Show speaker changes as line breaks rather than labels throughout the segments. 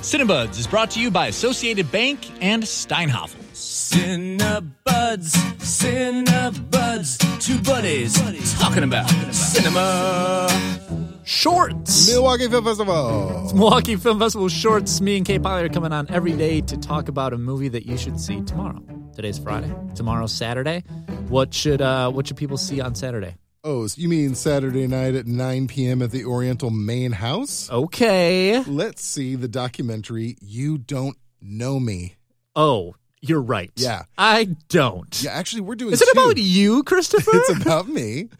Cinebuds is brought to you by Associated Bank and Steinhoffel.
Cinebuds, Cinebuds, two buddies, talking about, cinema.
Shorts!
Milwaukee Film Festival.
Milwaukee Film Festival Shorts. Me and Kate Piley are coming on every day to talk about a movie that you should see tomorrow. Today's Friday. Tomorrow's Saturday. What should uh, what should people see on Saturday?
Oh, so you mean Saturday night at 9 p.m. at the Oriental Main House?
Okay.
Let's see the documentary You Don't Know Me.
Oh, you're right.
Yeah.
I don't.
Yeah, actually, we're doing
Is it
two.
about you, Christopher?
It's about me.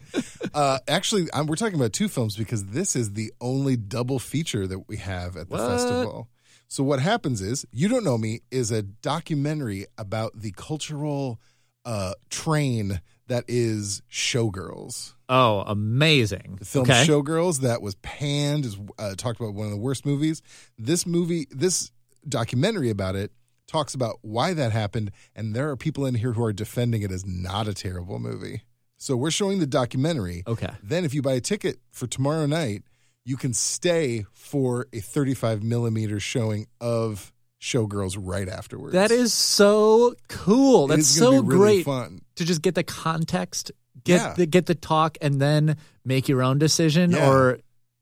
Uh, actually, i we're talking about two films because this is the only double feature that we have at the
What?
festival. So what happens is You Don't Know Me is a documentary about the cultural uh, train that is Showgirls.
oh, amazing.
The film
okay.
Showgirls that was panned is uh, talked about one of the worst movies. This movie, this documentary about it talks about why that happened, and there are people in here who are defending it as not a terrible movie. So we're showing the documentary.
Okay.
Then, if you buy a ticket for tomorrow night, you can stay for a 35 millimeter showing of Showgirls right afterwards.
That is so cool.
It
That's
is gonna
so
be really
great
Fun.
to just get the context, get
Yeah.
the get the talk, and then make your own decision.
Yeah.
Or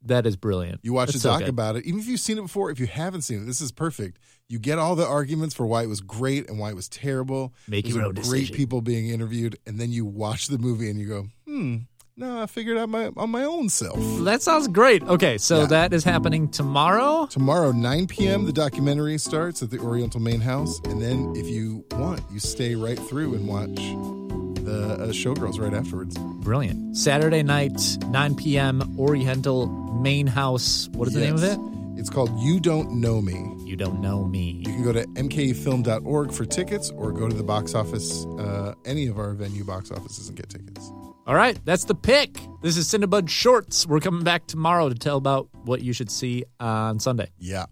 that is brilliant.
You watch
That's
a
so
doc
good.
about it, even if you've seen it before. If you haven't seen it, this is perfect. You get all the arguments for why it was great and why it was terrible.
Make
These
your
are
own
great
decision.
people being interviewed, and then you watch the movie and you go, "Hmm, no, I figured out my on my own self."
That sounds great. Okay, so
Yeah.
that is happening tomorrow.
Tomorrow, 9 p.m., the documentary starts at the Oriental Main House, and then if you want, you stay right through and watch the uh, Showgirls right afterwards.
Brilliant. Saturday night, 9 p.m., Oriental Main House. What is the
Yes.
name of
It's called "You Don't Know Me."
it? You don't know me.
You can go to mkefilm.org for tickets or go to the box office, uh, any of our venue box offices, and get tickets.
All right, that's the pick. This is Cinnabud Shorts. We're coming back tomorrow to tell about what you should see on Sunday.
Yeah.